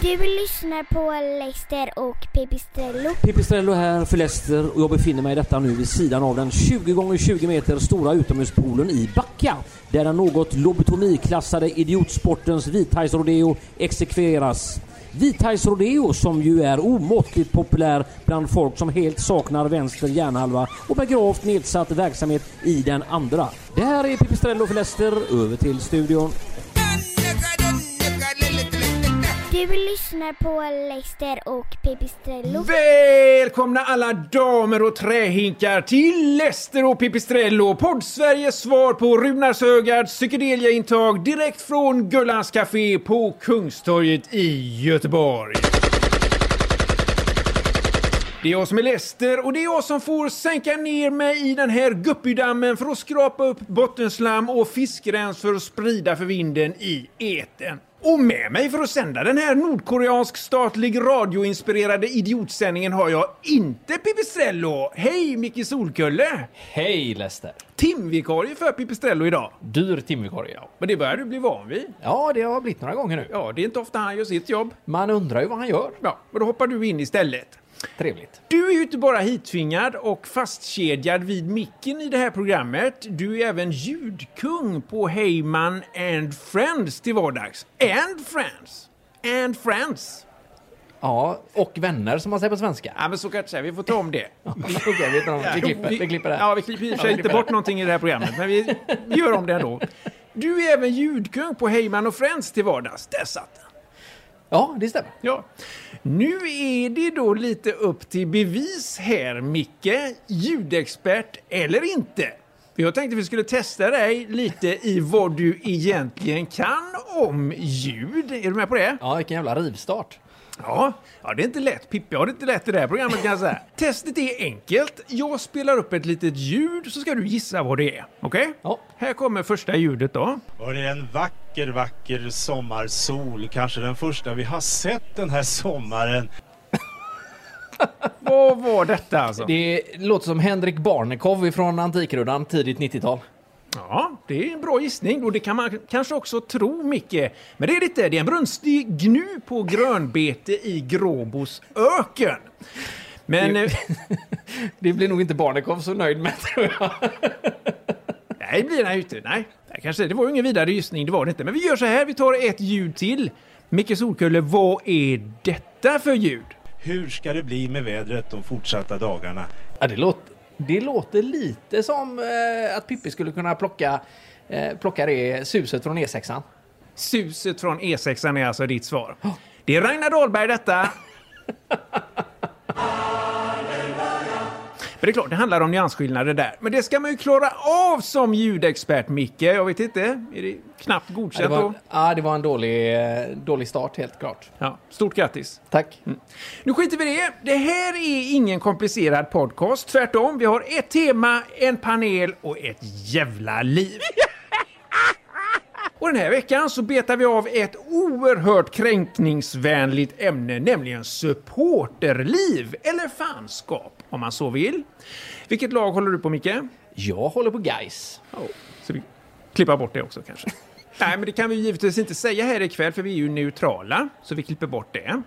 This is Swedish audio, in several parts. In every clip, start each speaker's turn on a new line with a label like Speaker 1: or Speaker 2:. Speaker 1: Du lyssnar på Leicester och Pipistrello.
Speaker 2: Pipistrello här för Leicester och jag befinner mig detta nu vid sidan av den 20 x 20 meter stora utomhuspoolen i Backa. Där den något lobotomiklassade idiotsportens vithajsrodeo exekveras. Vithajsrodeo som ju är omåttligt populär bland folk som helt saknar vänster hjärnhalva och med gravt nedsatt verksamhet i den andra. Det här är Pipistrello för Leicester, över till studion.
Speaker 1: Du lyssnar på Leicester och Pipistrello.
Speaker 3: Välkomna alla damer och trähinkar till Lester och Pipistrello, Poddsveriges svar på Runar Sögaards psykedeliaintag direkt från Gullans Café på Kungstorget i Göteborg. Det är jag som är Lester och det är jag som får sänka ner mig i den här guppydammen för att skrapa upp bottenslam och fiskrens för att sprida för vinden i eten. Och med mig för att sända den här nordkoreansk statlig radioinspirerade idiotsändningen har jag inte Pipistrello. Hej Micke Solkulle!
Speaker 4: Hej Lester!
Speaker 3: Timvikarie för Pipistrello idag.
Speaker 4: Dyr timvikarie. Ja.
Speaker 3: Men det börjar du bli van vid.
Speaker 4: ja, det har blivit några gånger nu.
Speaker 3: Ja, det är inte ofta han gör sitt jobb.
Speaker 4: Man undrar ju vad han gör.
Speaker 3: Ja, men då hoppar du in istället.
Speaker 4: Trevligt.
Speaker 3: Du är ju inte bara hittvingad och fastkedjad vid micken i det här programmet. Du är även ljudkung på Heyman and Friends till vardags. And Friends! And Friends!
Speaker 4: Ja, och vänner som man säger på svenska.
Speaker 3: Ja, men så kan jag inte säga. Vi får ta om det.
Speaker 4: Okej, vi, tar dem. vi klipper, vi klipper det här.
Speaker 3: Ja, vi klipper i och för sig inte bort någonting i det här programmet, men vi, vi gör om det ändå. Du är även ljudkung på Heyman och Friends till vardags. Där satt den.
Speaker 4: Ja, det stämmer.
Speaker 3: Ja. Nu är det då lite upp till bevis här, Micke. Ljudexpert eller inte. För Jag tänkte vi skulle testa dig lite i vad du egentligen kan om ljud. Är du med på det?
Speaker 4: Ja, vilken jävla rivstart.
Speaker 3: Ja, ja det är inte lätt. Pippi har det inte lätt i det här programmet kan jag säga. Testet är enkelt. Jag spelar upp ett litet ljud så ska du gissa vad det är. Okej?
Speaker 4: Ja.
Speaker 3: Här kommer första ljudet då.
Speaker 5: Och det är en vacker, vacker sommarsol. Kanske den första vi har sett den här sommaren.
Speaker 3: Vad var detta alltså?
Speaker 4: Det låter som Henrik Barnekow från Antikrundan, tidigt 90-tal.
Speaker 3: Ja, det är en bra gissning och det kan man kanske också tro, Micke. Men det är det inte. Det är en brunstig gnu på grönbete i Gråbos öken. Men... eh,
Speaker 4: Det blir nog inte Barnekow så nöjd med, tror jag.
Speaker 3: Nej, blir den ju inte. Nej, det, kanske, det var ju ingen vidare gissning, det var det inte. Men vi gör så här, vi tar ett ljud till. Micke Solkulle, vad är detta för ljud?
Speaker 5: Hur ska det bli med vädret de fortsatta dagarna?
Speaker 4: Ja, det, låter, det låter lite som eh, att Pippi skulle kunna plocka, eh, plocka det suset från E E6an.
Speaker 3: Suset från E6 är alltså ditt svar. Det är Ragnar Dahlberg detta. Men det är klart, det handlar om nyansskillnader där. Men det ska man ju klara av som ljudexpert, Micke. Jag vet inte, är det knappt
Speaker 4: Ja, det
Speaker 3: godkänt då?
Speaker 4: var, ja, det var en dålig, eh, dålig start, helt klart. Mm.
Speaker 3: Ja, stort grattis.
Speaker 4: Tack.
Speaker 3: Nu skiter vi i det. Det här är ingen komplicerad podcast. Tvärtom, vi har ett tema, en panel och ett jävla liv. Och den här veckan så betar vi av ett oerhört kränkningsvänligt ämne, nämligen supporterliv, eller fanskap om man så vill. Vilket lag håller du på Micke?
Speaker 4: Jag håller på guys.
Speaker 3: Så vi klipper bort det också kanske. Nej, men det kan vi ju givetvis inte säga här ikväll för vi är ju neutrala, så vi klipper bort det.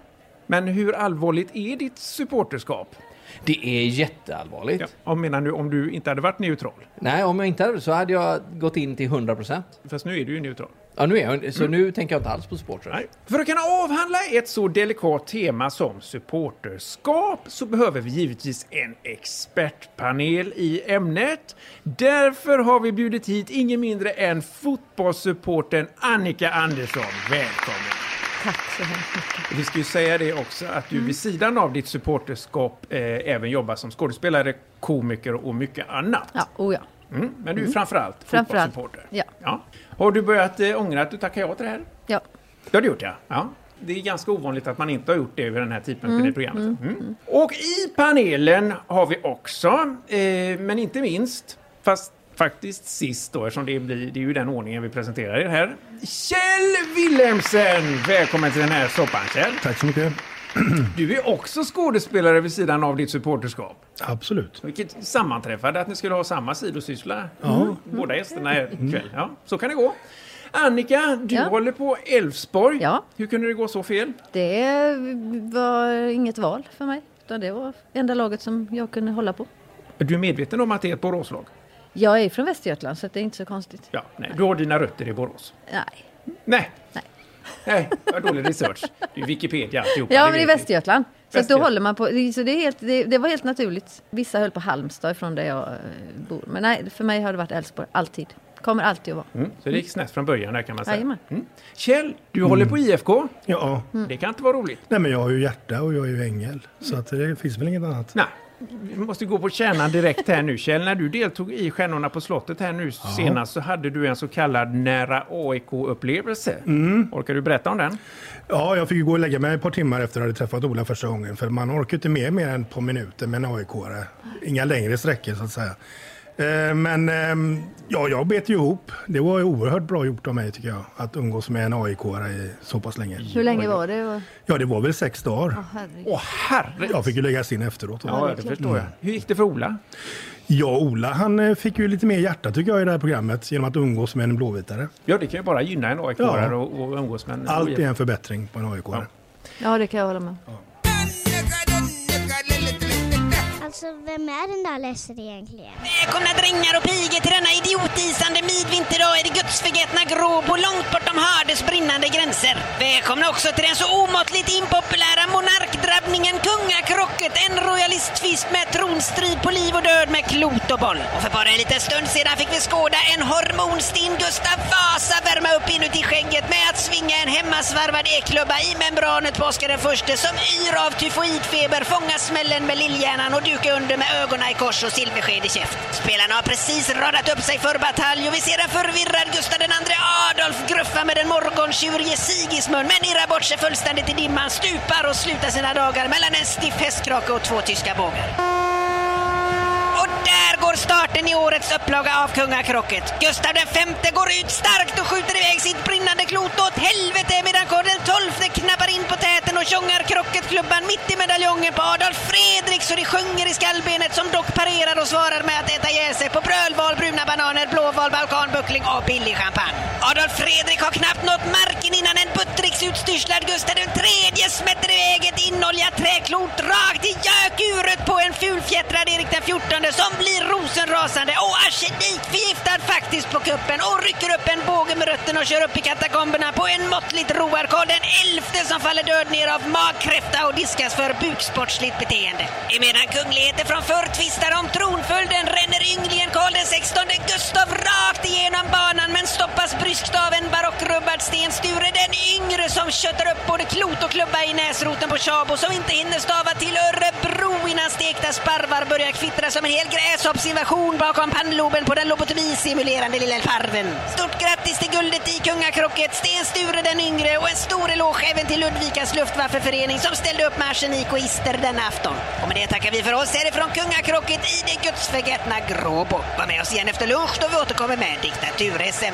Speaker 3: Men hur allvarligt är ditt supporterskap?
Speaker 4: Det är jätteallvarligt.
Speaker 3: Ja, vad menar du om du inte hade varit neutral?
Speaker 4: Nej, om jag inte hade det så hade jag gått in till 100%.
Speaker 3: Fast nu är du ju neutral.
Speaker 4: Ja, nu är jag, så
Speaker 6: Mm.
Speaker 4: nu tänker jag inte alls på supportrar.
Speaker 3: Nej. För att kunna avhandla ett så delikat tema som supporterskap så behöver vi givetvis en expertpanel i ämnet. Därför har vi bjudit hit ingen mindre än fotbollssupporten Annika Andersson. Välkommen!
Speaker 7: Tack så hemskt mycket.
Speaker 3: Vi ska ju säga det också att du vid sidan av ditt supporterskap eh, även jobbar som skådespelare, komiker och mycket annat.
Speaker 7: Ja, oh ja.
Speaker 3: Mm, men du är framförallt
Speaker 7: Framförallt,
Speaker 3: fotbollssupporter.
Speaker 7: ja.
Speaker 3: Har du börjat eh, ångra att du tackar ja till det här?
Speaker 7: ja.
Speaker 3: Det har du gjort, ja. ja. Det är ganska ovanligt att man inte har gjort det vid den här tidpunkten i programmet. Mm. Och i panelen har vi också, eh, men inte minst, fast faktiskt sist då, eftersom det, blir, det är ju den ordningen vi presenterar er här. Kjell Wilhelmsen! Välkommen till den här soppan, Kjell.
Speaker 6: Tack så mycket.
Speaker 3: Du är också skådespelare vid sidan av ditt supporterskap.
Speaker 6: Absolut.
Speaker 3: Vilket Mm. sammanträffade att ni skulle ha samma sidosyssla, båda gästerna här ikväll. Ja, så kan det gå. Annika, du
Speaker 7: Ja.
Speaker 3: håller på Elfsborg.
Speaker 7: Ja.
Speaker 3: Hur kunde det gå så fel?
Speaker 7: Det var inget val för mig. utan Det var enda laget som jag kunde hålla på.
Speaker 3: Du är medveten om att det är ett Boråslag?
Speaker 7: Jag är från Västergötland så det är inte så konstigt.
Speaker 3: Ja, nej, du har dina rötter i Borås.
Speaker 7: Nej.
Speaker 3: Nej. Nej. Nej, vad dålig research. Det är Wikipedia alltihopa.
Speaker 7: Ja,
Speaker 3: det
Speaker 7: men i
Speaker 3: vet vi.
Speaker 7: Västergötland. Så att då
Speaker 3: Västergötland.
Speaker 7: håller man på. Så det, är helt, det, det var helt naturligt. Vissa höll på Halmstad från där jag eh, bor. Men nej, för mig har det varit Älvsborg. Alltid. Kommer alltid att vara.
Speaker 3: Mm, så det gick snett från början där kan man säga.
Speaker 7: Jajamän.
Speaker 3: Mm. Kjell, du håller på IFK.
Speaker 6: Ja,
Speaker 3: Det kan inte vara roligt.
Speaker 6: nej men jag har ju hjärta och jag är ju ängel. Så att det finns väl inget annat.
Speaker 3: Nej. Vi måste gå på kärnan direkt här nu Kjell. När du deltog i Stjärnorna på slottet här nu senast så hade du en så kallad nära AIK-upplevelse.
Speaker 6: Mm.
Speaker 3: Orkar du berätta om den?
Speaker 6: Ja, jag fick ju gå och lägga mig ett par timmar efter att jag hade träffat Ola första gången. För man orkar ju inte med mer än ett par minuter med en AIK-are. Inga längre sträckor så att säga. Eh, Men ehm, ja, jag bet ju ihop. Det var ju oerhört bra gjort av mig tycker jag. Att umgås med en AIK-are i så pass länge.
Speaker 7: Hur länge var det? Åh,
Speaker 6: Ja, det var väl sex dagar.
Speaker 7: herregud.
Speaker 3: Åh herre!
Speaker 6: Jag fick Mm. ju läggas in efteråt.
Speaker 3: Ja, det förstår jag. Hur gick det för Ola?
Speaker 6: Ja, Ola han eh, fick ju lite mer hjärta tycker jag i det här programmet genom att umgås med en blåvitare.
Speaker 3: Ja, det kan ju bara gynna en aik
Speaker 6: Ja.
Speaker 3: och, och umgås med en E
Speaker 6: Allt är en förbättring på en AIK-are.
Speaker 7: Ja, det kan jag hålla med om.
Speaker 1: Alltså, vem är den där Lester egentligen?
Speaker 8: Välkomna drängar och pigor till denna idiotisande midvinterdag i det gudsförgätna Gråbo långt bortom Hördes brinnande gränser. Välkomna också till den så omåttligt impopulära monarkdrabbningen Kungakrocket, en royalisttvist med tronstrid på liv och död med klot och boll. Och för bara en liten stund sedan fick vi skåda en hormonstinn Gustav Vasa värma upp inuti skägget med att svinga en hemmasvarvad eklubba i membranet på Oscar den förste som yr av tyfoidfeber, fånga smällen med lillhjärnan och duka under med ögonen i kors och silversked i käft. Spelarna har precis radat upp sig för batalj och vi ser en förvirrad Gustav den andre Adolf gruffa med en morgontjur gesigismun men irrar bort sig fullständigt i dimman, stupar och slutar sina dagar mellan en stiff hästkrake och två tyska bågar. Och där går starten i årets upplaga av Kungakrocket. Gustav den femte går ut starkt och skjuter iväg sitt brinnande klot åt helvete medan Karl den tolfte knappar in på täten och tjongar krocketklubban mitt i medaljongen på Adolf Fredrik så det sjunger i skallbenet som dock parerar och svarar med att äta ihjäl sig på brölval, bruna bananer, blåval, balkanbuckling och billig champagne. Adolf Fredrik har knappt nått marken innan en buttricksutstyrslad Gustav den tredje smätter iväg ett inoljat träklot rakt i gökuret på en fulfjättrad Erik den fjortonde som blir rosenrasande och arsenikförgiftad faktiskt på kuppen och rycker upp en båge med rötterna och kör upp i katakomberna på en måttligt road Karl den elfte som faller död ner av magkräfta och diskas för buksportsligt beteende. Emedan kungligheter från förr tvistar om tronföljden ränner ynglingen Karl den sextonde Gustav rakt igenom banan men stoppas bryskt av en barockrubbad Sten Sture den yngre som köttar upp både klot och klubba i näsroten på Tjabo som inte hinner stava till Örebro innan stekta sparvar börjar kvittra som en hel gräshoppsinvasion bakom pannloben på den lobotomisimulerande lilla farven. Stort grattis till guldet i kungakrocket, Sten Sture den yngre och en stor eloge även till Ludvikas luftvaffenförening som ställde upp med arsenik och ister denna afton. Och med det tackar vi för oss härifrån kungakrocket i det gudsförgätna Gråbo. Var med oss igen efter lunch då vi återkommer med diktatur-SM.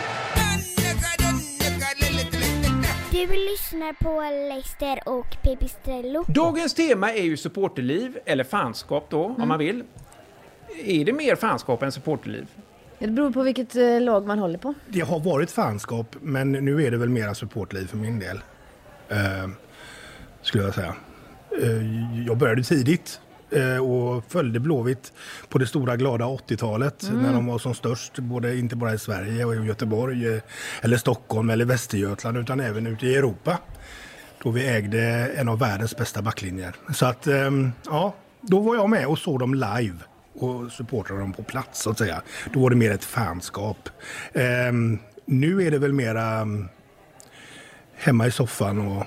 Speaker 1: Du lyssnar på Leicester och Pipistrello.
Speaker 3: Dagens tema är ju supporterliv, eller fanskap då,
Speaker 6: Mm.
Speaker 3: om man vill. Är det mer fanskap än supporterliv?
Speaker 7: Det beror på vilket eh, lag man håller på.
Speaker 6: Det har varit fanskap, men nu är det väl mera supportliv för min del. Eh, skulle jag säga. Eh, jag började tidigt eh, och följde Blåvitt på det stora glada 80-talet
Speaker 8: Mm.
Speaker 6: när de var som störst, både, inte bara i Sverige och i Göteborg, eh, eller Stockholm eller Västergötland, utan även ute i Europa. Då vi ägde en av världens bästa backlinjer. Så att, ehm, ja, då var jag med och såg dem live och supportrade dem på plats så att säga. Då var det mer ett fanskap. Ehm, nu är det väl mera mm, hemma i soffan och,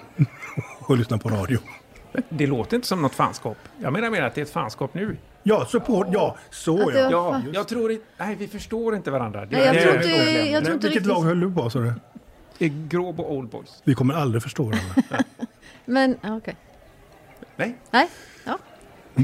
Speaker 6: och lyssna på radio.
Speaker 3: Det låter inte som något fanskap. Jag menar mer att det är ett fanskap nu.
Speaker 6: Ja, support, ja, så
Speaker 7: Att det-
Speaker 6: ja.
Speaker 3: Ja,
Speaker 7: Just
Speaker 3: jag tror inte... Nej, vi förstår inte varandra. Det
Speaker 7: Nej, jag
Speaker 3: det
Speaker 7: tror
Speaker 3: är-
Speaker 7: inte- jag tror inte
Speaker 6: Vilket
Speaker 7: riktigt-
Speaker 6: lag höll du på sa du?
Speaker 3: det är Gråbo Old Boys.
Speaker 6: Vi kommer aldrig förstå varandra.
Speaker 7: Men, ja, okej.
Speaker 3: Nej,
Speaker 7: Nej. Ja.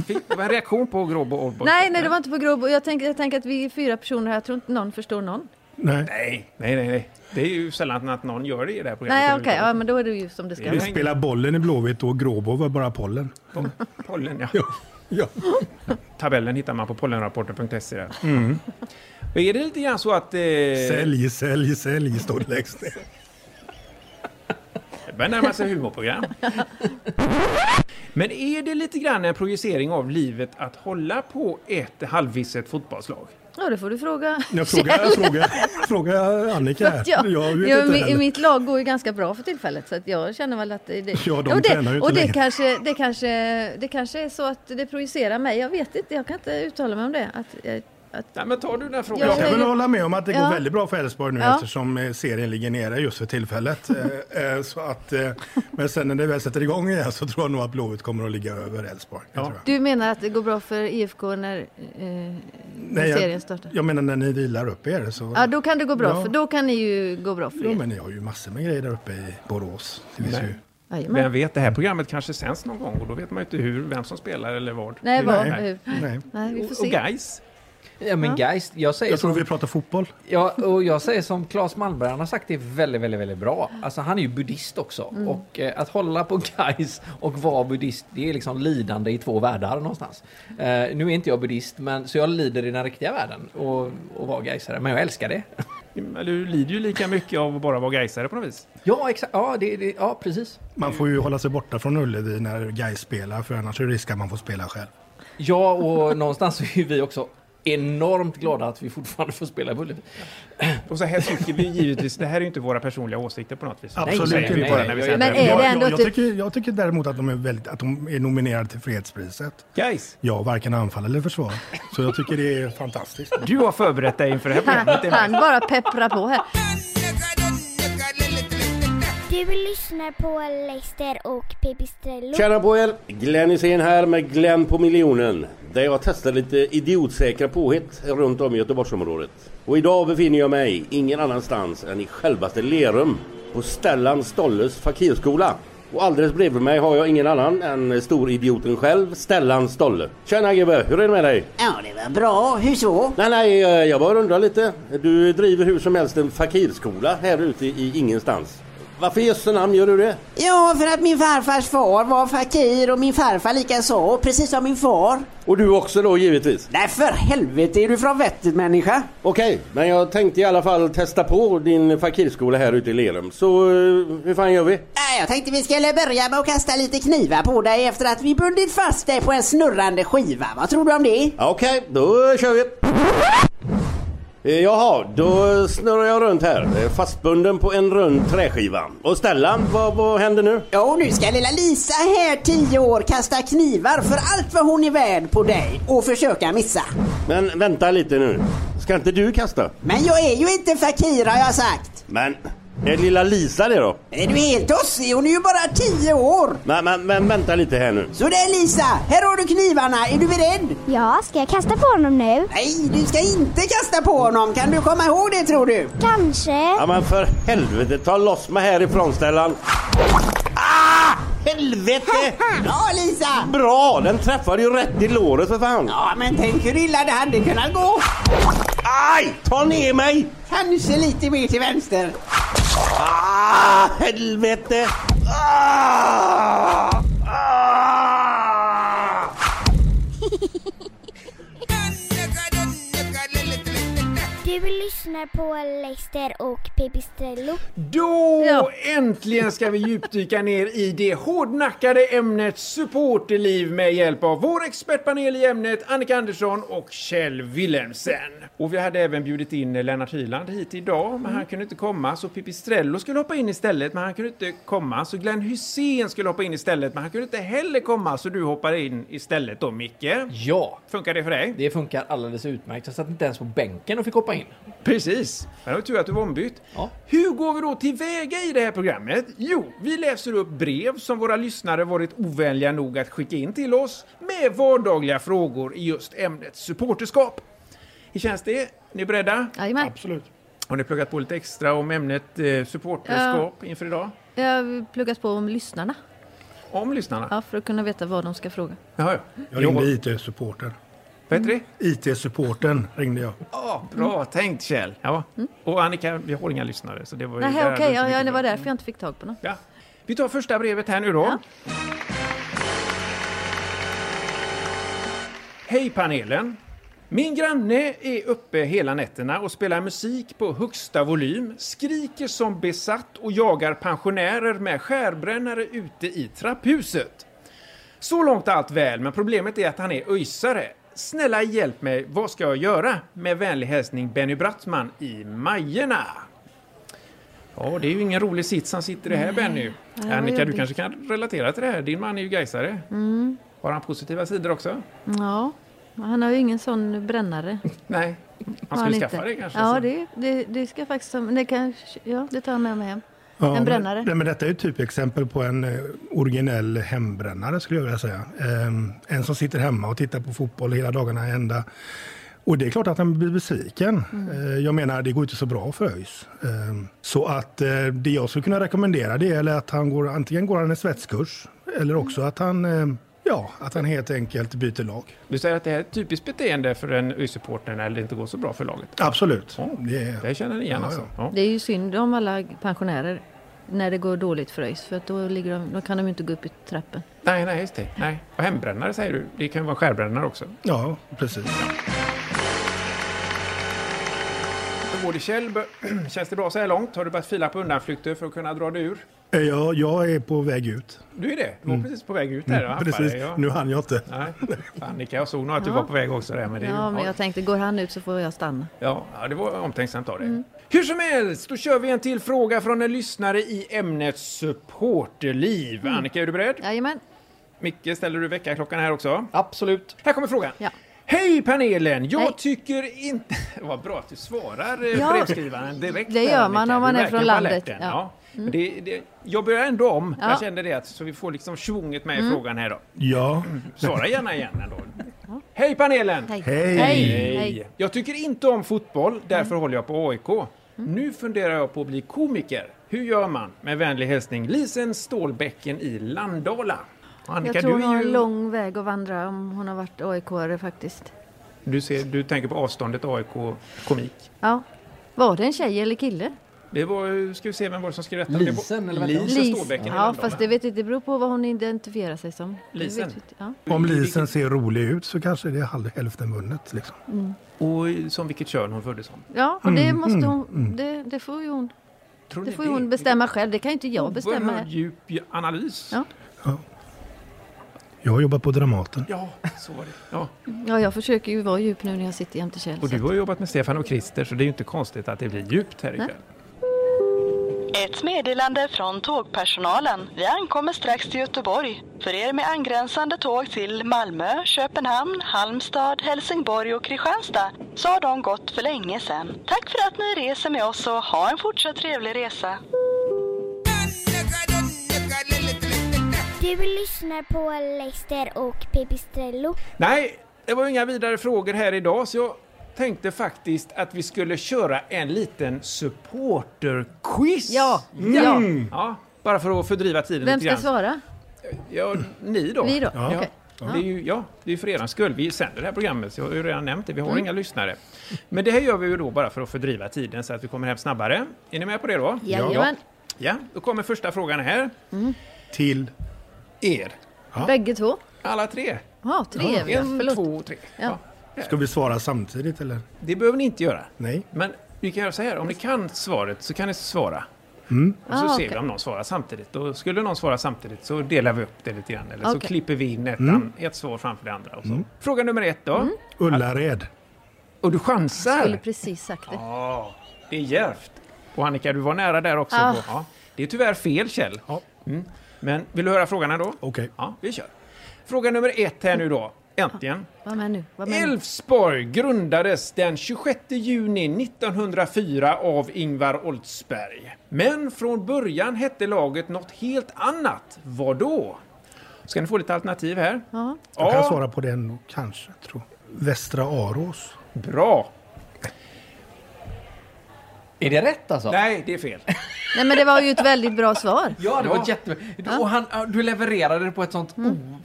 Speaker 3: fick- det var en reaktion på Gråbo Old Boys.
Speaker 7: Nej, nej, det var inte på Gråbo. Jag tänker jag tänker att vi är fyra personer här. Jag tror inte någon förstår någon.
Speaker 6: Nej.
Speaker 3: Nej, nej, nej, nej. Det är ju sällan att någon gör det i det här programmet.
Speaker 7: Nej, okej. Ja, men då är det ju som det ska
Speaker 3: Det
Speaker 7: vara.
Speaker 3: är-
Speaker 6: Spela bollen i Blåvitt och Gråbo var bara pollen.
Speaker 3: Po- Pollen, ja.
Speaker 6: Ja.
Speaker 3: Tabellen hittar man på pollenrapporten.se. där. Är det lite grann så att... Eh,
Speaker 6: Sälj, sälj, sälj står det längst ner.
Speaker 3: Det börjar närma sig humorprogram. Men är det lite grann en projicering av livet att hålla på ett halvvisset fotbollslag?
Speaker 7: Ja, det får du fråga.
Speaker 6: Jag frågar, jag frågar, frågar Annika här.
Speaker 7: Ja,
Speaker 6: Jag vet
Speaker 7: ja,
Speaker 6: inte
Speaker 7: mi-
Speaker 6: heller.
Speaker 7: mitt lag går ju ganska bra för tillfället så att jag känner väl att det... det
Speaker 6: Ja, de
Speaker 7: och
Speaker 6: tränar ju
Speaker 7: det,
Speaker 6: inte
Speaker 7: och det,
Speaker 6: längre.
Speaker 7: kanske, det, kanske, det kanske är så att det projicerar mig. Jag vet inte, jag kan inte uttala mig om det. Att, eh, att,
Speaker 3: Nej, men tar du den här frågan?
Speaker 7: Ja,
Speaker 6: Jag
Speaker 7: men-
Speaker 6: kan väl hålla med om att det går
Speaker 7: Ja.
Speaker 6: väldigt bra för Elfsborg nu
Speaker 7: Ja.
Speaker 6: eftersom eh, serien ligger nere just för tillfället. Eh, eh, så att, eh, men sen när det väl sätter igång igen så tror jag nog att Blåvitt kommer att ligga över Elfsborg. Det tror jag.
Speaker 7: du menar att det går bra för IFK när, eh, när
Speaker 6: Nej,
Speaker 7: serien
Speaker 6: jag,
Speaker 7: startar?
Speaker 6: jag menar när ni vilar upp er så...
Speaker 7: Ja, då kan det gå bra.
Speaker 6: Ja.
Speaker 7: För, då kan ni ju gå bra för
Speaker 6: Ja,
Speaker 7: er.
Speaker 6: men ni har ju massor med grejer där uppe i Borås. Det finns ju...
Speaker 7: Jajamän.
Speaker 3: Vem vet, det här programmet kanske sänds någon gång och då vet man ju inte hur, vem som spelar eller vad.
Speaker 7: Nej, vad?
Speaker 6: Nej.
Speaker 7: hur?
Speaker 6: Nej.
Speaker 7: Nej, vi får
Speaker 3: Och, och
Speaker 7: se.
Speaker 3: guys.
Speaker 4: Ja, men guys, jag säger
Speaker 6: Jag tror
Speaker 4: som,
Speaker 6: vi pratar fotboll.
Speaker 4: ja, och jag säger som Claes Malmberg, han har sagt det väldigt, väldigt, väldigt bra. Alltså, han är ju buddhist också.
Speaker 6: Mm.
Speaker 4: Och eh, att hålla på guys och vara buddhist, det är liksom lidande i två världar någonstans. Eh, nu är inte jag buddhist, men så jag lider i den riktiga världen och, och vara gaisare. Men jag älskar det.
Speaker 3: Eller Du lider ju lika mycket av att bara vara gaisare på något vis.
Speaker 4: Ja, exakt. Ja, det, det, ja precis.
Speaker 6: Man får ju hålla sig borta från Ullevi när Gais spelar för annars är det risk att man får spela själv.
Speaker 4: Ja, och någonstans så är ju vi också enormt glada att vi fortfarande får spela i Bullevi.
Speaker 3: Och så här tycker vi givetvis, det här är ju inte våra personliga åsikter på något vis.
Speaker 6: Absolut
Speaker 3: Säger vi
Speaker 6: inte.
Speaker 3: bara när vi sänder.
Speaker 7: Men är
Speaker 6: jag,
Speaker 7: det ändå
Speaker 6: jag, jag,
Speaker 7: typ-
Speaker 6: tycker, jag tycker däremot att de är, väldigt, att de är nominerade till fredspriset.
Speaker 3: Guys,
Speaker 6: Ja, varken anfall eller försvar. Så jag tycker det är fantastiskt.
Speaker 3: du har förberett dig inför det här programmet. det är
Speaker 7: Han
Speaker 3: nice.
Speaker 7: bara pepprar på här.
Speaker 1: Du lyssnar på Leicester och Pipistrello.
Speaker 9: Tjena på er! Glenn Hysén här med Glenn på miljonen. Där jag testar lite idiotsäkra påhitt runt om i Göteborgsområdet. Och idag befinner jag mig ingen annanstans än i självaste Lerum. På Stellan Stolles Fakirskola. Och alldeles bredvid mig har jag ingen annan än storidioten själv, Stellan Stolle. Tjena gubbe, hur är det med dig?
Speaker 8: Ja, det var bra. Hur så?
Speaker 9: Nej, nej, eh, jag bara undrar lite. Du driver hur som helst en fakirskola här ute i ingenstans. Varför i jösse namn gör du det?
Speaker 8: Ja, för att min farfars far var fakir och min farfar likaså, precis som min far.
Speaker 9: Och du också då givetvis?
Speaker 8: Nej, för helvete, är du från vettet människa?
Speaker 9: Okej, men jag tänkte i alla fall testa på din fakirskola här ute i Lerum. Så eh, hur fan gör vi?
Speaker 8: Nej, jag tänkte vi skulle börja med att kasta lite knivar på dig efter att vi bundit fast dig på en snurrande skiva. Vad tror du om det?
Speaker 9: Ja, Okej, då kör vi. Eh, Jaha, då snurrar jag runt här. eh, Fastbunden på en rund träskiva. Och Stellan, vad, vad händer nu?
Speaker 8: Jo, nu ska lilla Lisa här, 10 år, kasta knivar för allt vad hon är värd på dig och försöka missa.
Speaker 9: Men vänta lite nu. Ska inte du kasta?
Speaker 8: Men jag är ju inte fakir har jag sagt.
Speaker 9: Men, är lilla Lisa det då?
Speaker 8: Är du helt tossig? Hon är ju bara 10 år.
Speaker 9: Men, men, men vänta lite här nu.
Speaker 8: Så där Lisa, här har du knivarna. Är du beredd?
Speaker 1: Ja, ska jag kasta på honom nu?
Speaker 8: Nej, du ska inte kasta på honom. Kan du komma ihåg det tror du?
Speaker 1: Kanske.
Speaker 9: Ja men för helvete, ta loss mig härifrån Stellan. Ah! Helvete!
Speaker 8: Bra Lisa!
Speaker 9: Bra! Den träffade ju rätt i låret för fan.
Speaker 8: Ja, men tänk hur illa det hade kunnat gå.
Speaker 9: Aj! Ta ner mig!
Speaker 8: Kanske lite mer till vänster.
Speaker 9: Ah, helvete! Ah! Ah!
Speaker 1: Du lyssnar på Leicester och Pipistrello.
Speaker 3: Då
Speaker 7: Ja.
Speaker 3: äntligen ska vi djupdyka ner i det hårdnackade ämnet supporterliv med hjälp av vår expertpanel i ämnet Annika Andersson och Kjell Wilhelmsen. Och vi hade även bjudit in Lennart Hyland hit idag, men han kunde inte komma så Pipistrello skulle hoppa in istället, men han kunde inte komma så Glenn Hussein skulle hoppa in istället, men han kunde inte heller komma så du hoppar in istället då Micke.
Speaker 4: Ja,
Speaker 3: Funkar det för dig?
Speaker 4: det funkar alldeles utmärkt. Jag satt inte ens på bänken och fick hoppa in.
Speaker 3: Precis. Men det var tur att du var ombytt.
Speaker 4: Ja.
Speaker 3: Hur går vi då tillväga i det här programmet? Jo, vi läser upp brev som våra lyssnare varit ovänliga nog att skicka in till oss med vardagliga frågor i just ämnet supporterskap. Hur känns det? Ni är beredda?
Speaker 7: Jajamän.
Speaker 3: Har ni pluggat på lite extra om ämnet eh, supporterskap inför idag?
Speaker 7: Jag har pluggat på om lyssnarna.
Speaker 3: Om lyssnarna?
Speaker 7: Ja, för att kunna veta vad de ska fråga.
Speaker 3: Jaha, ja.
Speaker 6: Jag ringde IT-supportern.
Speaker 3: Vad heter det?
Speaker 6: IT-supportern ringde jag.
Speaker 3: Ja, bra tänkt Kjell. Ja. Och Annika, vi har inga lyssnare så det var ju
Speaker 7: Mm. Nej,
Speaker 3: där
Speaker 7: okej,
Speaker 3: du
Speaker 7: ja,
Speaker 3: inte
Speaker 7: ja,
Speaker 3: fick
Speaker 7: det var
Speaker 3: med.
Speaker 7: därför jag inte fick tag på någon.
Speaker 3: Ja. Vi tar första brevet här nu då.
Speaker 7: Ja.
Speaker 3: Hej panelen! Min granne är uppe hela nätterna och spelar musik på högsta volym, skriker som besatt och jagar pensionärer med skärbrännare ute i trapphuset. Så långt allt väl, men problemet är att han är öjsare. Snälla hjälp mig, vad ska jag göra? Med vänlig hälsning Benny Brattman i Majerna. Ja, det är ju ingen rolig sits han sitter i här Benny.
Speaker 7: vad
Speaker 3: Annika, du
Speaker 7: jobbigt.
Speaker 3: kanske kan relatera till det här. Din man är ju gaisare. Har han positiva sidor också?
Speaker 7: Ja, han har ju ingen sån brännare.
Speaker 3: Nej. Han
Speaker 7: Har
Speaker 3: skulle
Speaker 7: inte.
Speaker 3: skaffa det kanske. alltså.
Speaker 7: Ja,
Speaker 3: så.
Speaker 7: det, det, det ska jag faktiskt... Det kanske, ja, det tar jag med mig hem.
Speaker 6: Ja,
Speaker 7: en brännare.
Speaker 6: Men, men detta är ju ett typexempel på en eh, originell hembrännare skulle jag vilja säga. Ehm, en som sitter hemma och tittar på fotboll hela dagarna i ända. Och det är klart att han blir besviken.
Speaker 7: Mm.
Speaker 6: Eh, jag menar, det går inte så bra för ÖIS. Ehm, så att eh, det jag skulle kunna rekommendera det är eller att han går, antingen går han en svetskurs eller
Speaker 7: Mm.
Speaker 6: också att han, eh, ja, att han helt enkelt byter lag.
Speaker 3: Du säger att det här är ett typiskt beteende för en U-supporter när det inte går så bra för laget.
Speaker 6: Absolut.
Speaker 3: Ja.
Speaker 6: Det är,
Speaker 3: Det känner ni igen
Speaker 6: Ja,
Speaker 3: alltså? Ja.
Speaker 7: Det är ju synd om alla pensionärer när det går dåligt för ÖIS, för att då, ligger de, då kan de ju inte gå upp i trappen.
Speaker 3: Nej, nej, just det. Nej. Och hembrännare säger du. Det kan ju vara skärbrännare också.
Speaker 6: ja, precis.
Speaker 3: Hur går det Kjell? Bö- Känns det bra så här långt? Har du börjat fila på undanflykter för att kunna dra dig ur?
Speaker 6: Eh, Ja, jag är på väg ut.
Speaker 3: Du är det? Du var Mm. precis på väg ut där. va?
Speaker 6: Precis,
Speaker 3: Fan, ja.
Speaker 6: nu hann jag inte.
Speaker 3: Nej. Annika, jag såg nog att du
Speaker 7: Ja.
Speaker 3: var på väg också där. Men det är ju-
Speaker 7: Ja, men jag tänkte, går han ut så får jag stanna.
Speaker 3: Ja, ja, det var omtänksamt av dig.
Speaker 7: Mm.
Speaker 3: Hur som helst, då kör vi en till fråga från en lyssnare i ämnet supporterliv.
Speaker 7: Mm.
Speaker 3: Annika, är du beredd?
Speaker 7: Jajamän.
Speaker 3: Micke, ställer du väckarklockan här också?
Speaker 4: Absolut.
Speaker 3: Här kommer frågan.
Speaker 7: Ja.
Speaker 3: Hej panelen! Jag
Speaker 7: Hej.
Speaker 3: tycker inte... Vad bra att du svarar eh,
Speaker 7: Ja,
Speaker 3: brevskrivaren direkt.
Speaker 7: det
Speaker 3: där,
Speaker 7: gör man
Speaker 3: Annika.
Speaker 7: om man
Speaker 3: Du
Speaker 7: är från
Speaker 3: verkar på
Speaker 7: landet.
Speaker 3: alerten,
Speaker 7: Ja. Mm.
Speaker 3: Ja. Men Det, det, jag börjar ändå om.
Speaker 7: Ja. Mm.
Speaker 3: Jag kände det, att, så vi får liksom svunget med i frågan här då.
Speaker 6: Ja,
Speaker 3: Mm. Svara gärna igen ändå. Hej panelen!
Speaker 7: Hej.
Speaker 6: hej!
Speaker 3: Hej.
Speaker 7: Hej. Mm.
Speaker 3: Jag tycker inte om fotboll, därför håller jag på AIK. Nu funderar jag på att bli komiker. Hur gör man? Med vänlig hälsning Lisen Stålbäcken i Landala. Annika,
Speaker 7: jag tror
Speaker 3: du,
Speaker 7: hon har
Speaker 3: är
Speaker 7: en
Speaker 3: ju,
Speaker 7: lång väg att vandra om hon har varit AIK-are faktiskt.
Speaker 3: du, ser, du tänker på avståndet AIK-komik.
Speaker 7: Ja. Var det en tjej eller kille?
Speaker 3: Det var, ju- ska vi se vem var det som skrev detta?
Speaker 4: Lisen,
Speaker 3: det
Speaker 4: eller
Speaker 3: var,
Speaker 4: vad
Speaker 3: Lisen,
Speaker 4: heter
Speaker 3: Lisen Stålbäcken i
Speaker 7: Ja,
Speaker 3: Landala.
Speaker 7: fast det vet inte. Det beror på vad hon identifierar sig som. Det
Speaker 3: Lisen.
Speaker 7: vet vi inte. Ja.
Speaker 6: Om lisen ser rolig ut så kanske det är halv- hälften vunnet. Liksom.
Speaker 3: Och som vilket kön hon föddes som.
Speaker 7: ja, och det
Speaker 3: mm,
Speaker 7: måste hon... Det, det får ju hon...
Speaker 3: Tror
Speaker 7: Det
Speaker 3: ni
Speaker 7: får ju hon bestämma själv. Det kan ju inte jag bestämma.
Speaker 3: Oerhört djup analys.
Speaker 7: Ja.
Speaker 6: Jag jobbar på Dramaten.
Speaker 3: Ja, så var det. Ja.
Speaker 7: Ja, jag försöker ju vara djup nu när jag sitter jämte Kjell.
Speaker 3: Och
Speaker 7: så
Speaker 3: du
Speaker 7: att-
Speaker 3: har ju jobbat med Stefan och Christer, så det är ju inte konstigt att det blir djupt här ikväll.
Speaker 10: Ett meddelande från tågpersonalen. Vi ankommer strax till Göteborg. För er med angränsande tåg till Malmö, Köpenhamn, Halmstad, Helsingborg och Kristianstad så har de gått för länge sedan. Tack för att ni reser med oss och ha en fortsatt trevlig resa.
Speaker 1: Du lyssnar på Leicester och Pipistrello.
Speaker 3: Nej, det var ju inga vidare frågor här idag så jag tänkte faktiskt att vi skulle köra en liten supporterquiz.
Speaker 7: Ja,
Speaker 3: ja. ja. Bara för att fördriva tiden
Speaker 7: Vem
Speaker 3: lite
Speaker 7: ska
Speaker 3: grann.
Speaker 7: svara?
Speaker 3: Ja, ni då.
Speaker 7: Vi då?
Speaker 3: Ja.
Speaker 7: Okej.
Speaker 3: Ja. Det är ju, ja, det är ju för er skull. Vi sänder det här programmet, så jag har ju redan nämnt det. Vi har
Speaker 7: Mm.
Speaker 3: inga lyssnare. Men det här gör vi ju då bara för att fördriva tiden så att vi kommer hem snabbare. Är ni med på det då?
Speaker 7: Jajamän.
Speaker 3: Ja, då kommer första frågan här.
Speaker 6: Till?
Speaker 3: Er.
Speaker 7: Bägge två?
Speaker 3: Alla tre.
Speaker 7: Ja, tre. Ja,
Speaker 3: en,
Speaker 7: förlåt.
Speaker 3: två, tre. Ja.
Speaker 6: Ska vi svara samtidigt eller?
Speaker 3: Det behöver ni inte göra.
Speaker 6: Nej.
Speaker 3: Men vi kan göra så här, om ni kan svaret så kan ni svara. Och så
Speaker 7: Ah,
Speaker 3: ser vi
Speaker 7: okej.
Speaker 3: om någon svarar samtidigt. Och skulle någon svara samtidigt så delar vi upp det lite grann. Eller så
Speaker 7: Okej.
Speaker 3: klipper vi in ett, an, ett svar framför det andra. Och så. Fråga nummer ett då.
Speaker 6: Ullared?
Speaker 3: Och du
Speaker 7: Mm. Skulle
Speaker 3: chansar!
Speaker 7: precis sagt det.
Speaker 3: Det är djärvt. Och Annika, du var nära där också.
Speaker 7: Ah.
Speaker 3: På, ja. Det är tyvärr fel, Kjell.
Speaker 6: Ja.
Speaker 3: Mm. Men vill du höra frågan ändå?
Speaker 6: Okej.
Speaker 3: Ja, vi kör. Fråga nummer ett här nu då. Äntligen.
Speaker 7: Var med nu. Var med nu.
Speaker 3: Elfsborg grundades den 26 juni 1904 av Ingvar Oldsberg. Men från början hette laget något helt annat. Vad då? Ska ni få lite alternativ här?
Speaker 7: Ja.
Speaker 6: Jag kan
Speaker 3: A.
Speaker 6: svara på den nog, kanske. Tror. Västra Arås?
Speaker 3: Bra!
Speaker 4: Är det rätt alltså?
Speaker 3: Nej, det är fel.
Speaker 7: Nej, men det var ju ett väldigt bra svar.
Speaker 4: Ja, Mm. det var jätte... Och han, ja, du levererade det på ett sånt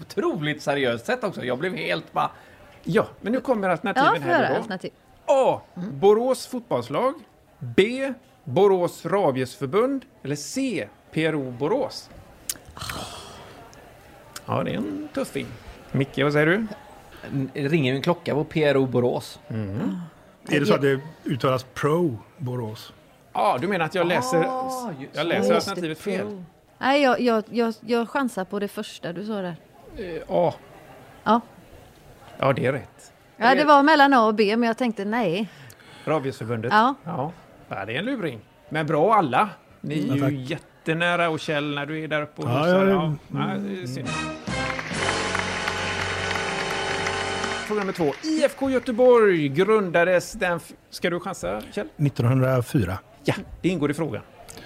Speaker 4: otroligt seriöst sätt också. Jag blev helt bara...
Speaker 3: Ja, men nu kommer
Speaker 7: Ja,
Speaker 3: alternativen
Speaker 7: får
Speaker 3: här
Speaker 7: höra
Speaker 3: nu då.
Speaker 7: alternativ.
Speaker 3: A. Borås fotbollslag. B. Borås Rabiesförbund. Eller C. PRO Borås. Ja, det är en tuffing. Micke, vad säger du?
Speaker 4: n- Mm, ringer ju en klocka på PRO Borås.
Speaker 6: Är det så att det uttalas pro Borås?
Speaker 3: Ja, du menar att jag läser,
Speaker 4: Ah, just-
Speaker 3: jag läser
Speaker 7: just det,
Speaker 3: alternativet fel?
Speaker 7: Nej, jag, jag, jag, jag chansar på det första du sa där.
Speaker 3: Eh, Ja.
Speaker 7: Ja.
Speaker 3: Ja, det är rätt.
Speaker 7: Ja, det var mellan A och B, men jag tänkte nej.
Speaker 3: Rabiesförbundet.
Speaker 7: Ja.
Speaker 3: ja. Ja, det är en luring. Men bra alla. Ni är
Speaker 6: Ja,
Speaker 3: ju jättenära och Kjell när du är där uppe och
Speaker 6: Ja,
Speaker 3: husar.
Speaker 6: ja, Mm.
Speaker 3: Ja,
Speaker 6: ja.
Speaker 3: ja, det är synd. Fråga nummer två. IFK Göteborg grundades den... f- Ska du chansa, Kjell?
Speaker 6: 1904.
Speaker 3: Ja, det ingår i frågan.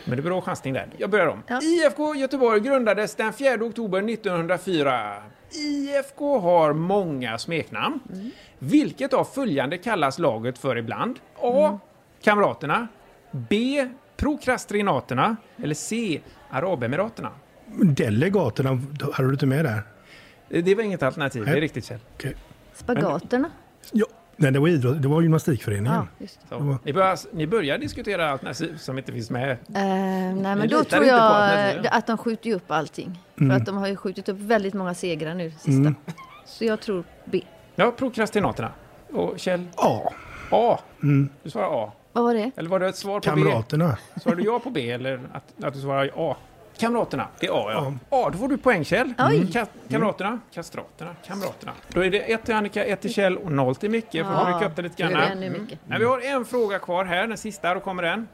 Speaker 3: Men det är bra chansning där. Jag börjar om.
Speaker 7: Ja.
Speaker 3: IFK Göteborg grundades den 4 oktober 1904. IFK har många smeknamn.
Speaker 7: Mm.
Speaker 3: Vilket av följande kallas laget för ibland? A.
Speaker 7: Mm.
Speaker 3: Kamraterna. B. Prokrastinaterna. Eller C. Arabemiraterna.
Speaker 6: Delegaterna, hade du inte med där?
Speaker 3: Eh, Det var inget alternativ. Det är riktigt Kjell.
Speaker 6: Okej.
Speaker 7: Spagaterna.
Speaker 6: Ja. Nej, det var idrott, det var gymnastikföreningen.
Speaker 7: Ja, just det.
Speaker 3: Så. Ni, börjar, ni börjar diskutera alternativ som inte finns med.
Speaker 7: Eh, nej,
Speaker 3: Vi
Speaker 7: men då
Speaker 3: litar
Speaker 7: tror
Speaker 3: inte på
Speaker 7: jag
Speaker 3: alternativen.
Speaker 7: att de skjuter ju upp allting.
Speaker 3: Mm.
Speaker 7: För att de har ju skjutit upp väldigt många segrar nu, sista. Så jag tror B.
Speaker 3: Ja, prokrastinaterna. Och Kjell?
Speaker 6: Ja,
Speaker 3: A.
Speaker 7: Mm.
Speaker 3: Du svarar A.
Speaker 7: Vad var det?
Speaker 3: Eller var det ett svar på B?
Speaker 6: kamraterna.
Speaker 3: Svarar du ja på B eller att, att du svarar A? Kamraterna, det är A ja. A, då får du poäng Kjell.
Speaker 7: Mm.
Speaker 3: Ka- kamraterna, kastraterna, kamraterna. Då är det ett till Annika, ett till Kjell och noll till Micke. Får
Speaker 7: Ja,
Speaker 3: du rycka upp det lite
Speaker 7: det är
Speaker 3: grann.
Speaker 7: ännu mycket. Mm.
Speaker 3: Nej, vi har en fråga kvar här, den sista, då kommer den.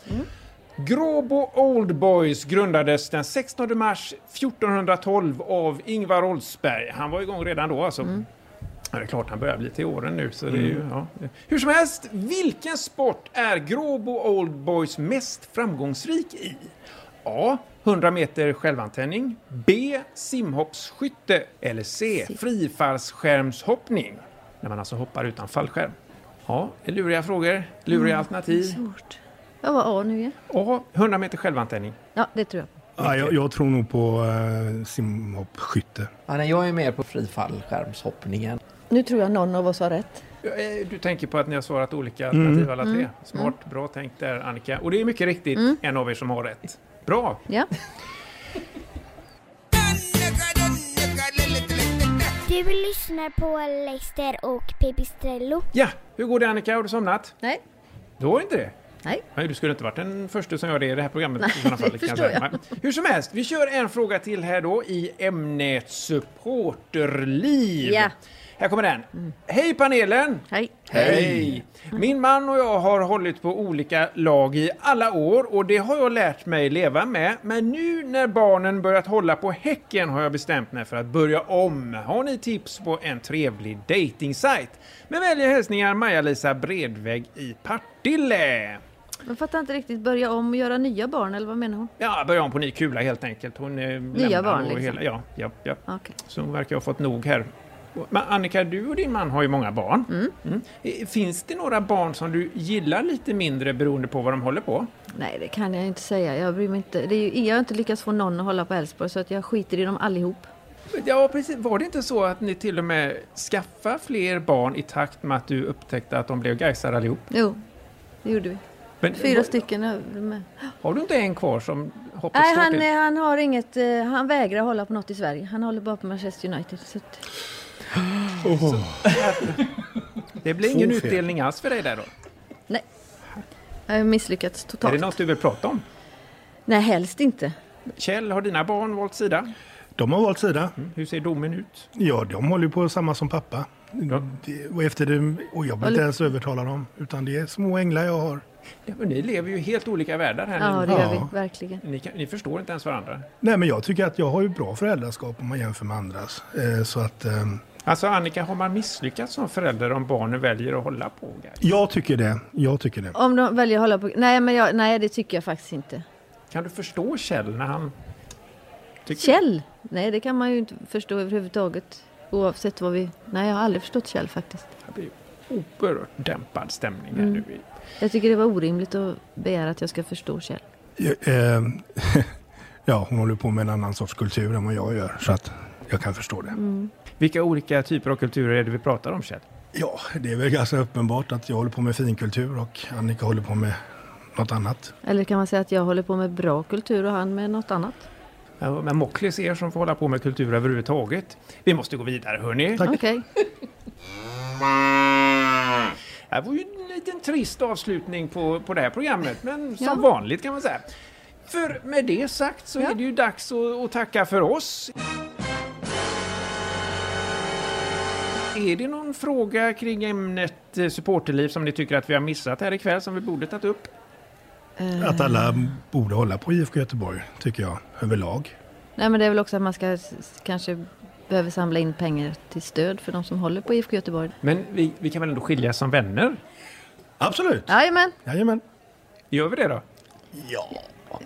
Speaker 3: Gråbo Old Boys grundades den 16 mars 1412 av Ingvar Oldsberg. Han var igång redan då alltså.
Speaker 7: Mm.
Speaker 3: Ja, det är klart han börjar bli till åren nu. Så det är ju, ja. Hur som helst, vilken sport är Gråbo Old Boys mest framgångsrik i? A. 100 meter självantändning. B. Simhoppsskytte. Eller C. Frifallsskärmshoppning. När man alltså hoppar utan fallskärm. Ja, det är luriga frågor, luriga alternativ.
Speaker 7: Svårt. Vad var A nu igen?
Speaker 3: A. 100 meter självantändning.
Speaker 7: Ja, det tror jag.
Speaker 6: Ja, jag, jag tror nog på uh, simhoppskytte.
Speaker 4: Ja, nej, jag är mer på frifallskärmshoppningen.
Speaker 7: Nu tror jag någon av oss har rätt.
Speaker 3: Eh, Du tänker på att ni har svarat olika alternativ alla tre. Smart, bra tänkt där Annika. Och det är mycket riktigt en av er som har rätt. Bra!
Speaker 7: Ja.
Speaker 1: Du lyssnar på Leicester och Pipistrello.
Speaker 3: Ja, hur går det Annika? Har du somnat?
Speaker 7: Nej.
Speaker 3: Du har inte det?
Speaker 7: Nej.
Speaker 3: Nej, du skulle inte varit den första som gör det i det här programmet
Speaker 7: Nej,
Speaker 3: i sådana fall.
Speaker 7: det
Speaker 3: kan jag
Speaker 7: förstår
Speaker 3: säga.
Speaker 7: jag.
Speaker 3: Men Hur som helst, vi kör en fråga till här då i ämnet supporterliv.
Speaker 7: Ja.
Speaker 3: Här kommer den. Mm. Hej panelen!
Speaker 7: Hej.
Speaker 3: Hej! Min man och jag har hållit på olika lag i alla år och det har jag lärt mig leva med. Men nu när barnen börjat hålla på Häcken har jag bestämt mig för att börja om. Har ni tips på en trevlig dejtingsajt? Med vänliga hälsningar Maja-Lisa Bredväg i Partille.
Speaker 7: Men fattar inte riktigt. Börja om och göra nya barn, eller vad menar hon?
Speaker 3: Ja, börja om på ny kula helt enkelt. Hon eh,
Speaker 7: Nya
Speaker 3: lämnar
Speaker 7: barn,
Speaker 3: och
Speaker 7: liksom.
Speaker 3: hela- ja, ja, ja.
Speaker 7: Okej.
Speaker 3: Så hon verkar ha fått nog här. Men Annika, du och din man har ju många barn. Mm. Eh, Finns det några barn som du gillar lite mindre beroende på vad de håller på?
Speaker 7: Nej, det kan jag inte säga. Jag bryr mig inte. Det är ju, jag har inte lyckats få någon att hålla på Elfsborg, så att jag skiter i dem allihop.
Speaker 3: Ja, precis. Var det inte så att ni till och med skaffade fler barn i takt med att du upptäckte att de blev Gaisar allihop?
Speaker 7: Jo, det gjorde vi.
Speaker 3: Men,
Speaker 7: Fyra stycken. är väl med.
Speaker 3: Har du inte en kvar som hoppet
Speaker 7: Nej,
Speaker 3: står
Speaker 7: han,
Speaker 3: till?
Speaker 7: eh, han har inget... eh, Han vägrar hålla på något i Sverige. Han håller bara på Manchester United. Så att,
Speaker 3: Det blir ingen
Speaker 6: Två fel.
Speaker 3: utdelning alls för dig där då?
Speaker 7: jag har misslyckats
Speaker 3: Är
Speaker 7: totalt.
Speaker 3: det något du vill prata om?
Speaker 7: Nej, helst inte.
Speaker 3: Kjell, har dina barn valt sida?
Speaker 6: De har valt sida.
Speaker 3: Hur ser domen ut?
Speaker 6: Ja, de håller ju på samma som pappa.
Speaker 3: Ja.
Speaker 6: Det, och, efter det, och jag blir inte ens övertala dem, utan det är små änglar jag har.
Speaker 3: Ja, men ni lever ju helt olika världar här.
Speaker 7: Ja,
Speaker 3: ni,
Speaker 7: det gör
Speaker 6: Ja.
Speaker 7: vi. Verkligen.
Speaker 3: ni, kan, ni förstår inte ens varandra.
Speaker 6: Nej, men jag tycker att jag har ju bra föräldraskap om man jämför med andras. Eh, så att, ehm,
Speaker 3: Alltså Annika, har man misslyckats som förälder om barnen väljer att hålla på? Gais?
Speaker 6: jag tycker det. Jag tycker det.
Speaker 7: Om de väljer att hålla på... Nej, men jag, nej det tycker jag faktiskt inte.
Speaker 3: Kan du förstå Kjell när han... tycker-
Speaker 7: Kjell? Nej, det kan man ju inte förstå överhuvudtaget. Oavsett vad vi... Nej, jag har aldrig förstått Kjell faktiskt.
Speaker 3: Det blir oerhört dämpad stämning här nu. i-
Speaker 7: Jag tycker det var orimligt att begära att jag ska förstå Kjell.
Speaker 6: Jag- ehm, ja, hon håller på med en annan sorts kultur än vad jag gör, så att jag kan förstå det.
Speaker 3: Vilka olika typer av kulturer är det vi pratar om Kjell?
Speaker 6: Ja, det är väl ganska uppenbart att jag håller på med finkultur och Annika håller på med något annat.
Speaker 7: Eller kan man säga att jag håller på med bra kultur och han med något annat?
Speaker 3: Ja, Men Mocklis är er som får hålla på med kultur överhuvudtaget. Vi måste gå vidare hörni.
Speaker 7: Okej.
Speaker 3: Det här var ju en liten trist avslutning på, på det här programmet, men som
Speaker 7: Ja.
Speaker 3: vanligt kan man säga. För med det sagt så är det ju dags att, att tacka för oss. Är det någon fråga kring ämnet eh, supporterliv som ni tycker att vi har missat här ikväll som vi borde tagit upp?
Speaker 6: Att alla borde hålla på IFK Göteborg, tycker jag, överlag.
Speaker 7: Nej, men det är väl också att man ska s- kanske behöver samla in pengar till stöd för de som håller på IFK Göteborg.
Speaker 3: Men vi, vi kan väl ändå skiljas som vänner?
Speaker 6: Absolut!
Speaker 7: Jajamän!
Speaker 6: Jajamän.
Speaker 3: Gör vi det då?
Speaker 6: Ja,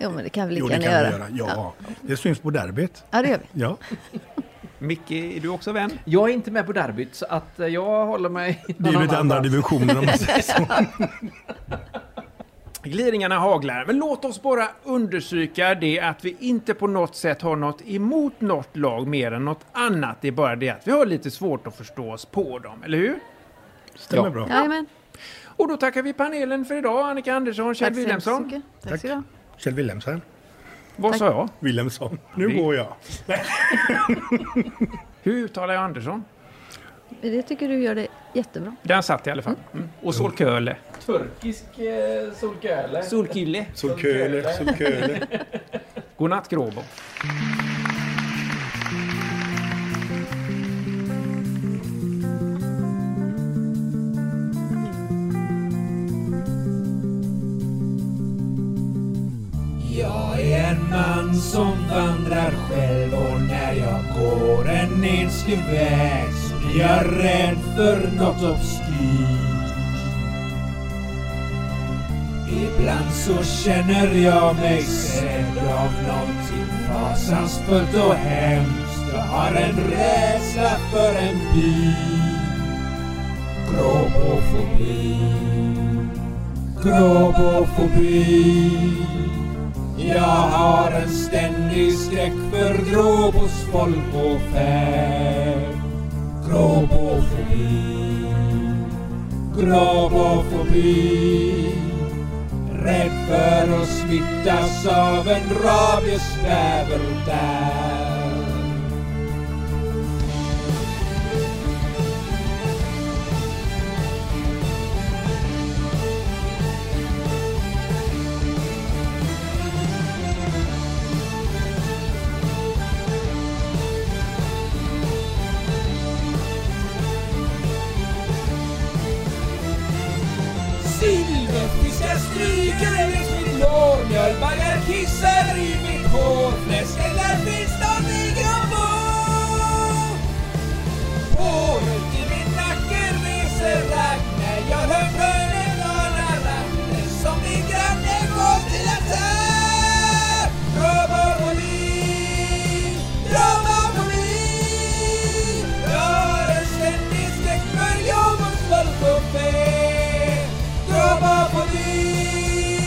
Speaker 7: Jo, men det kan vi lika
Speaker 6: jo, det
Speaker 7: gärna
Speaker 6: kan
Speaker 7: göra.
Speaker 6: vi göra. Ja. Det syns på derbyt.
Speaker 7: ja, det gör vi.
Speaker 6: Ja.
Speaker 3: Micke, är du också vän?
Speaker 4: Jag är inte med på derbyt, så att eh, jag håller mig...
Speaker 6: Det är ju lite andra divisioner om man säger så.
Speaker 3: Gliringarna haglar, men låt oss bara understryka det att vi inte på något sätt har något emot något lag mer än något annat. Det är bara det att vi har lite svårt att förstå oss på dem, eller hur?
Speaker 6: Stämmer bra.
Speaker 7: Jajamän!
Speaker 3: Och då tackar vi panelen för idag, Annika Andersson, Kjell
Speaker 7: Tack så hemskt
Speaker 3: Wilhelmsson.
Speaker 7: mycket. Tack så du ha.
Speaker 6: Kjell Wilhelmsen.
Speaker 3: Vad sa jag?
Speaker 6: Wilhelmsson. Nu
Speaker 3: Vi-
Speaker 6: går jag.
Speaker 3: Hur uttalar jag Andersson?
Speaker 7: Det tycker du gör det jättebra.
Speaker 3: Den satt i alla fall. Mm. Och Solköle.
Speaker 4: Turkisk eh, solköle.
Speaker 3: Solkille.
Speaker 6: Som köle, som köle.
Speaker 3: Godnatt Gråbo.
Speaker 11: Jag är en man som vandrar själv och när jag går en enslig väg så blir jag rädd för något obskyrt. Ibland så känner jag mig sedd av någonting fasansfullt och hemskt. Jag har en rädsla för en by. Gråbofobi. Gråbofobi. Jag har en ständig skräck för Gråbos folk och färg. Gråbofobi, Gråbofobi. Rädd för att smittas av en rabiesbäver där. Silverfiskar stryker längs mitt lår Mjölbaggar kissar i mitt hår Fläskälgar finns de i grå Håret i min nacke reser ragg När jag hör skönen ana raggen Som min granne går till attack Robomoli, Robomoli Jag har en ständig skräck för jobbens folk och fä Jobba på mig,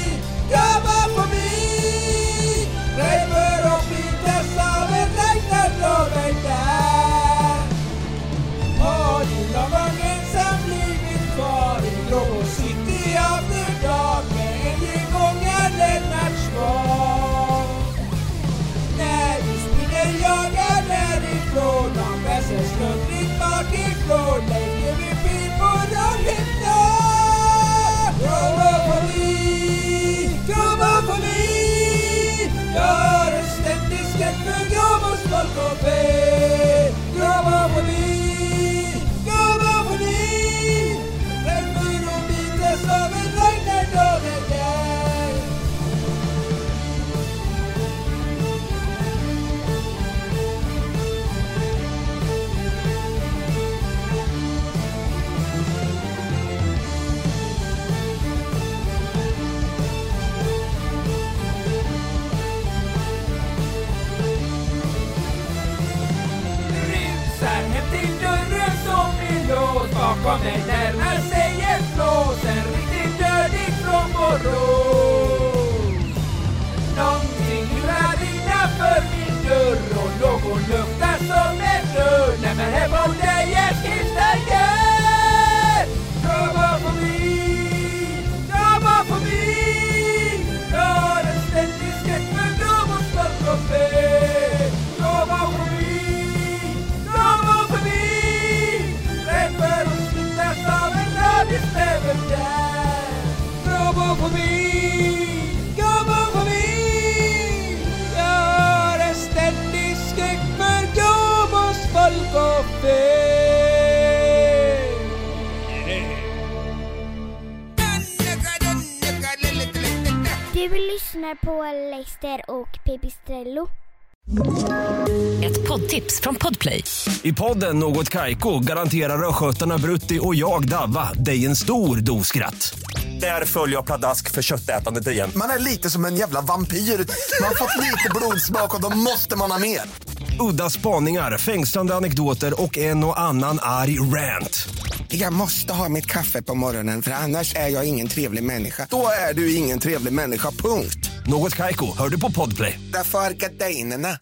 Speaker 11: jobba på mig Rädd för att smittas av en regnatorm där Har du lagvagnen som blivit kvar i Global City av the Dark med en gengångare match var när vi springer jagar därifrån Om väsen snurrigt bakifrån Lägger vi pipor och hypnar Krama på mig, krama på mig Jag har en ständig skräck för Gramos folk och fä Krama på mig, krama på mig Rädd för att bitas av en vagn när dagen är där rusar hem till dörren som är låst Bakom mig närmar sig ett flås En riktigt dödig plomberås Någonting lurar innanför min dörr och någon luktar som en rör När man är borta jag skiftar gör Jobba på mig, jobba på mig Jag har en ständig skräck för någon stolt och fel Jobba på mig, jobba på mig Rädd för
Speaker 1: Du lyssnar på Leicester och Pipistrello.
Speaker 12: Ett poddtips från Podplay.
Speaker 5: I podden Något Kaiko garanterar östgötarna Brutti och jag, Davva, dig en stor dos skratt. Där följer jag pladask för köttätandet igen.
Speaker 11: Man är lite som en jävla vampyr. Man har fått lite blodsmak och då måste man ha mer.
Speaker 5: Udda spaningar, fängslande anekdoter och en och annan arg rant.
Speaker 13: Jag måste ha mitt kaffe på morgonen för annars är jag ingen trevlig människa.
Speaker 11: Då är du ingen trevlig människa, punkt.
Speaker 5: Något Kaiko, hör du på Podplay.
Speaker 11: Därför arkadeinerna.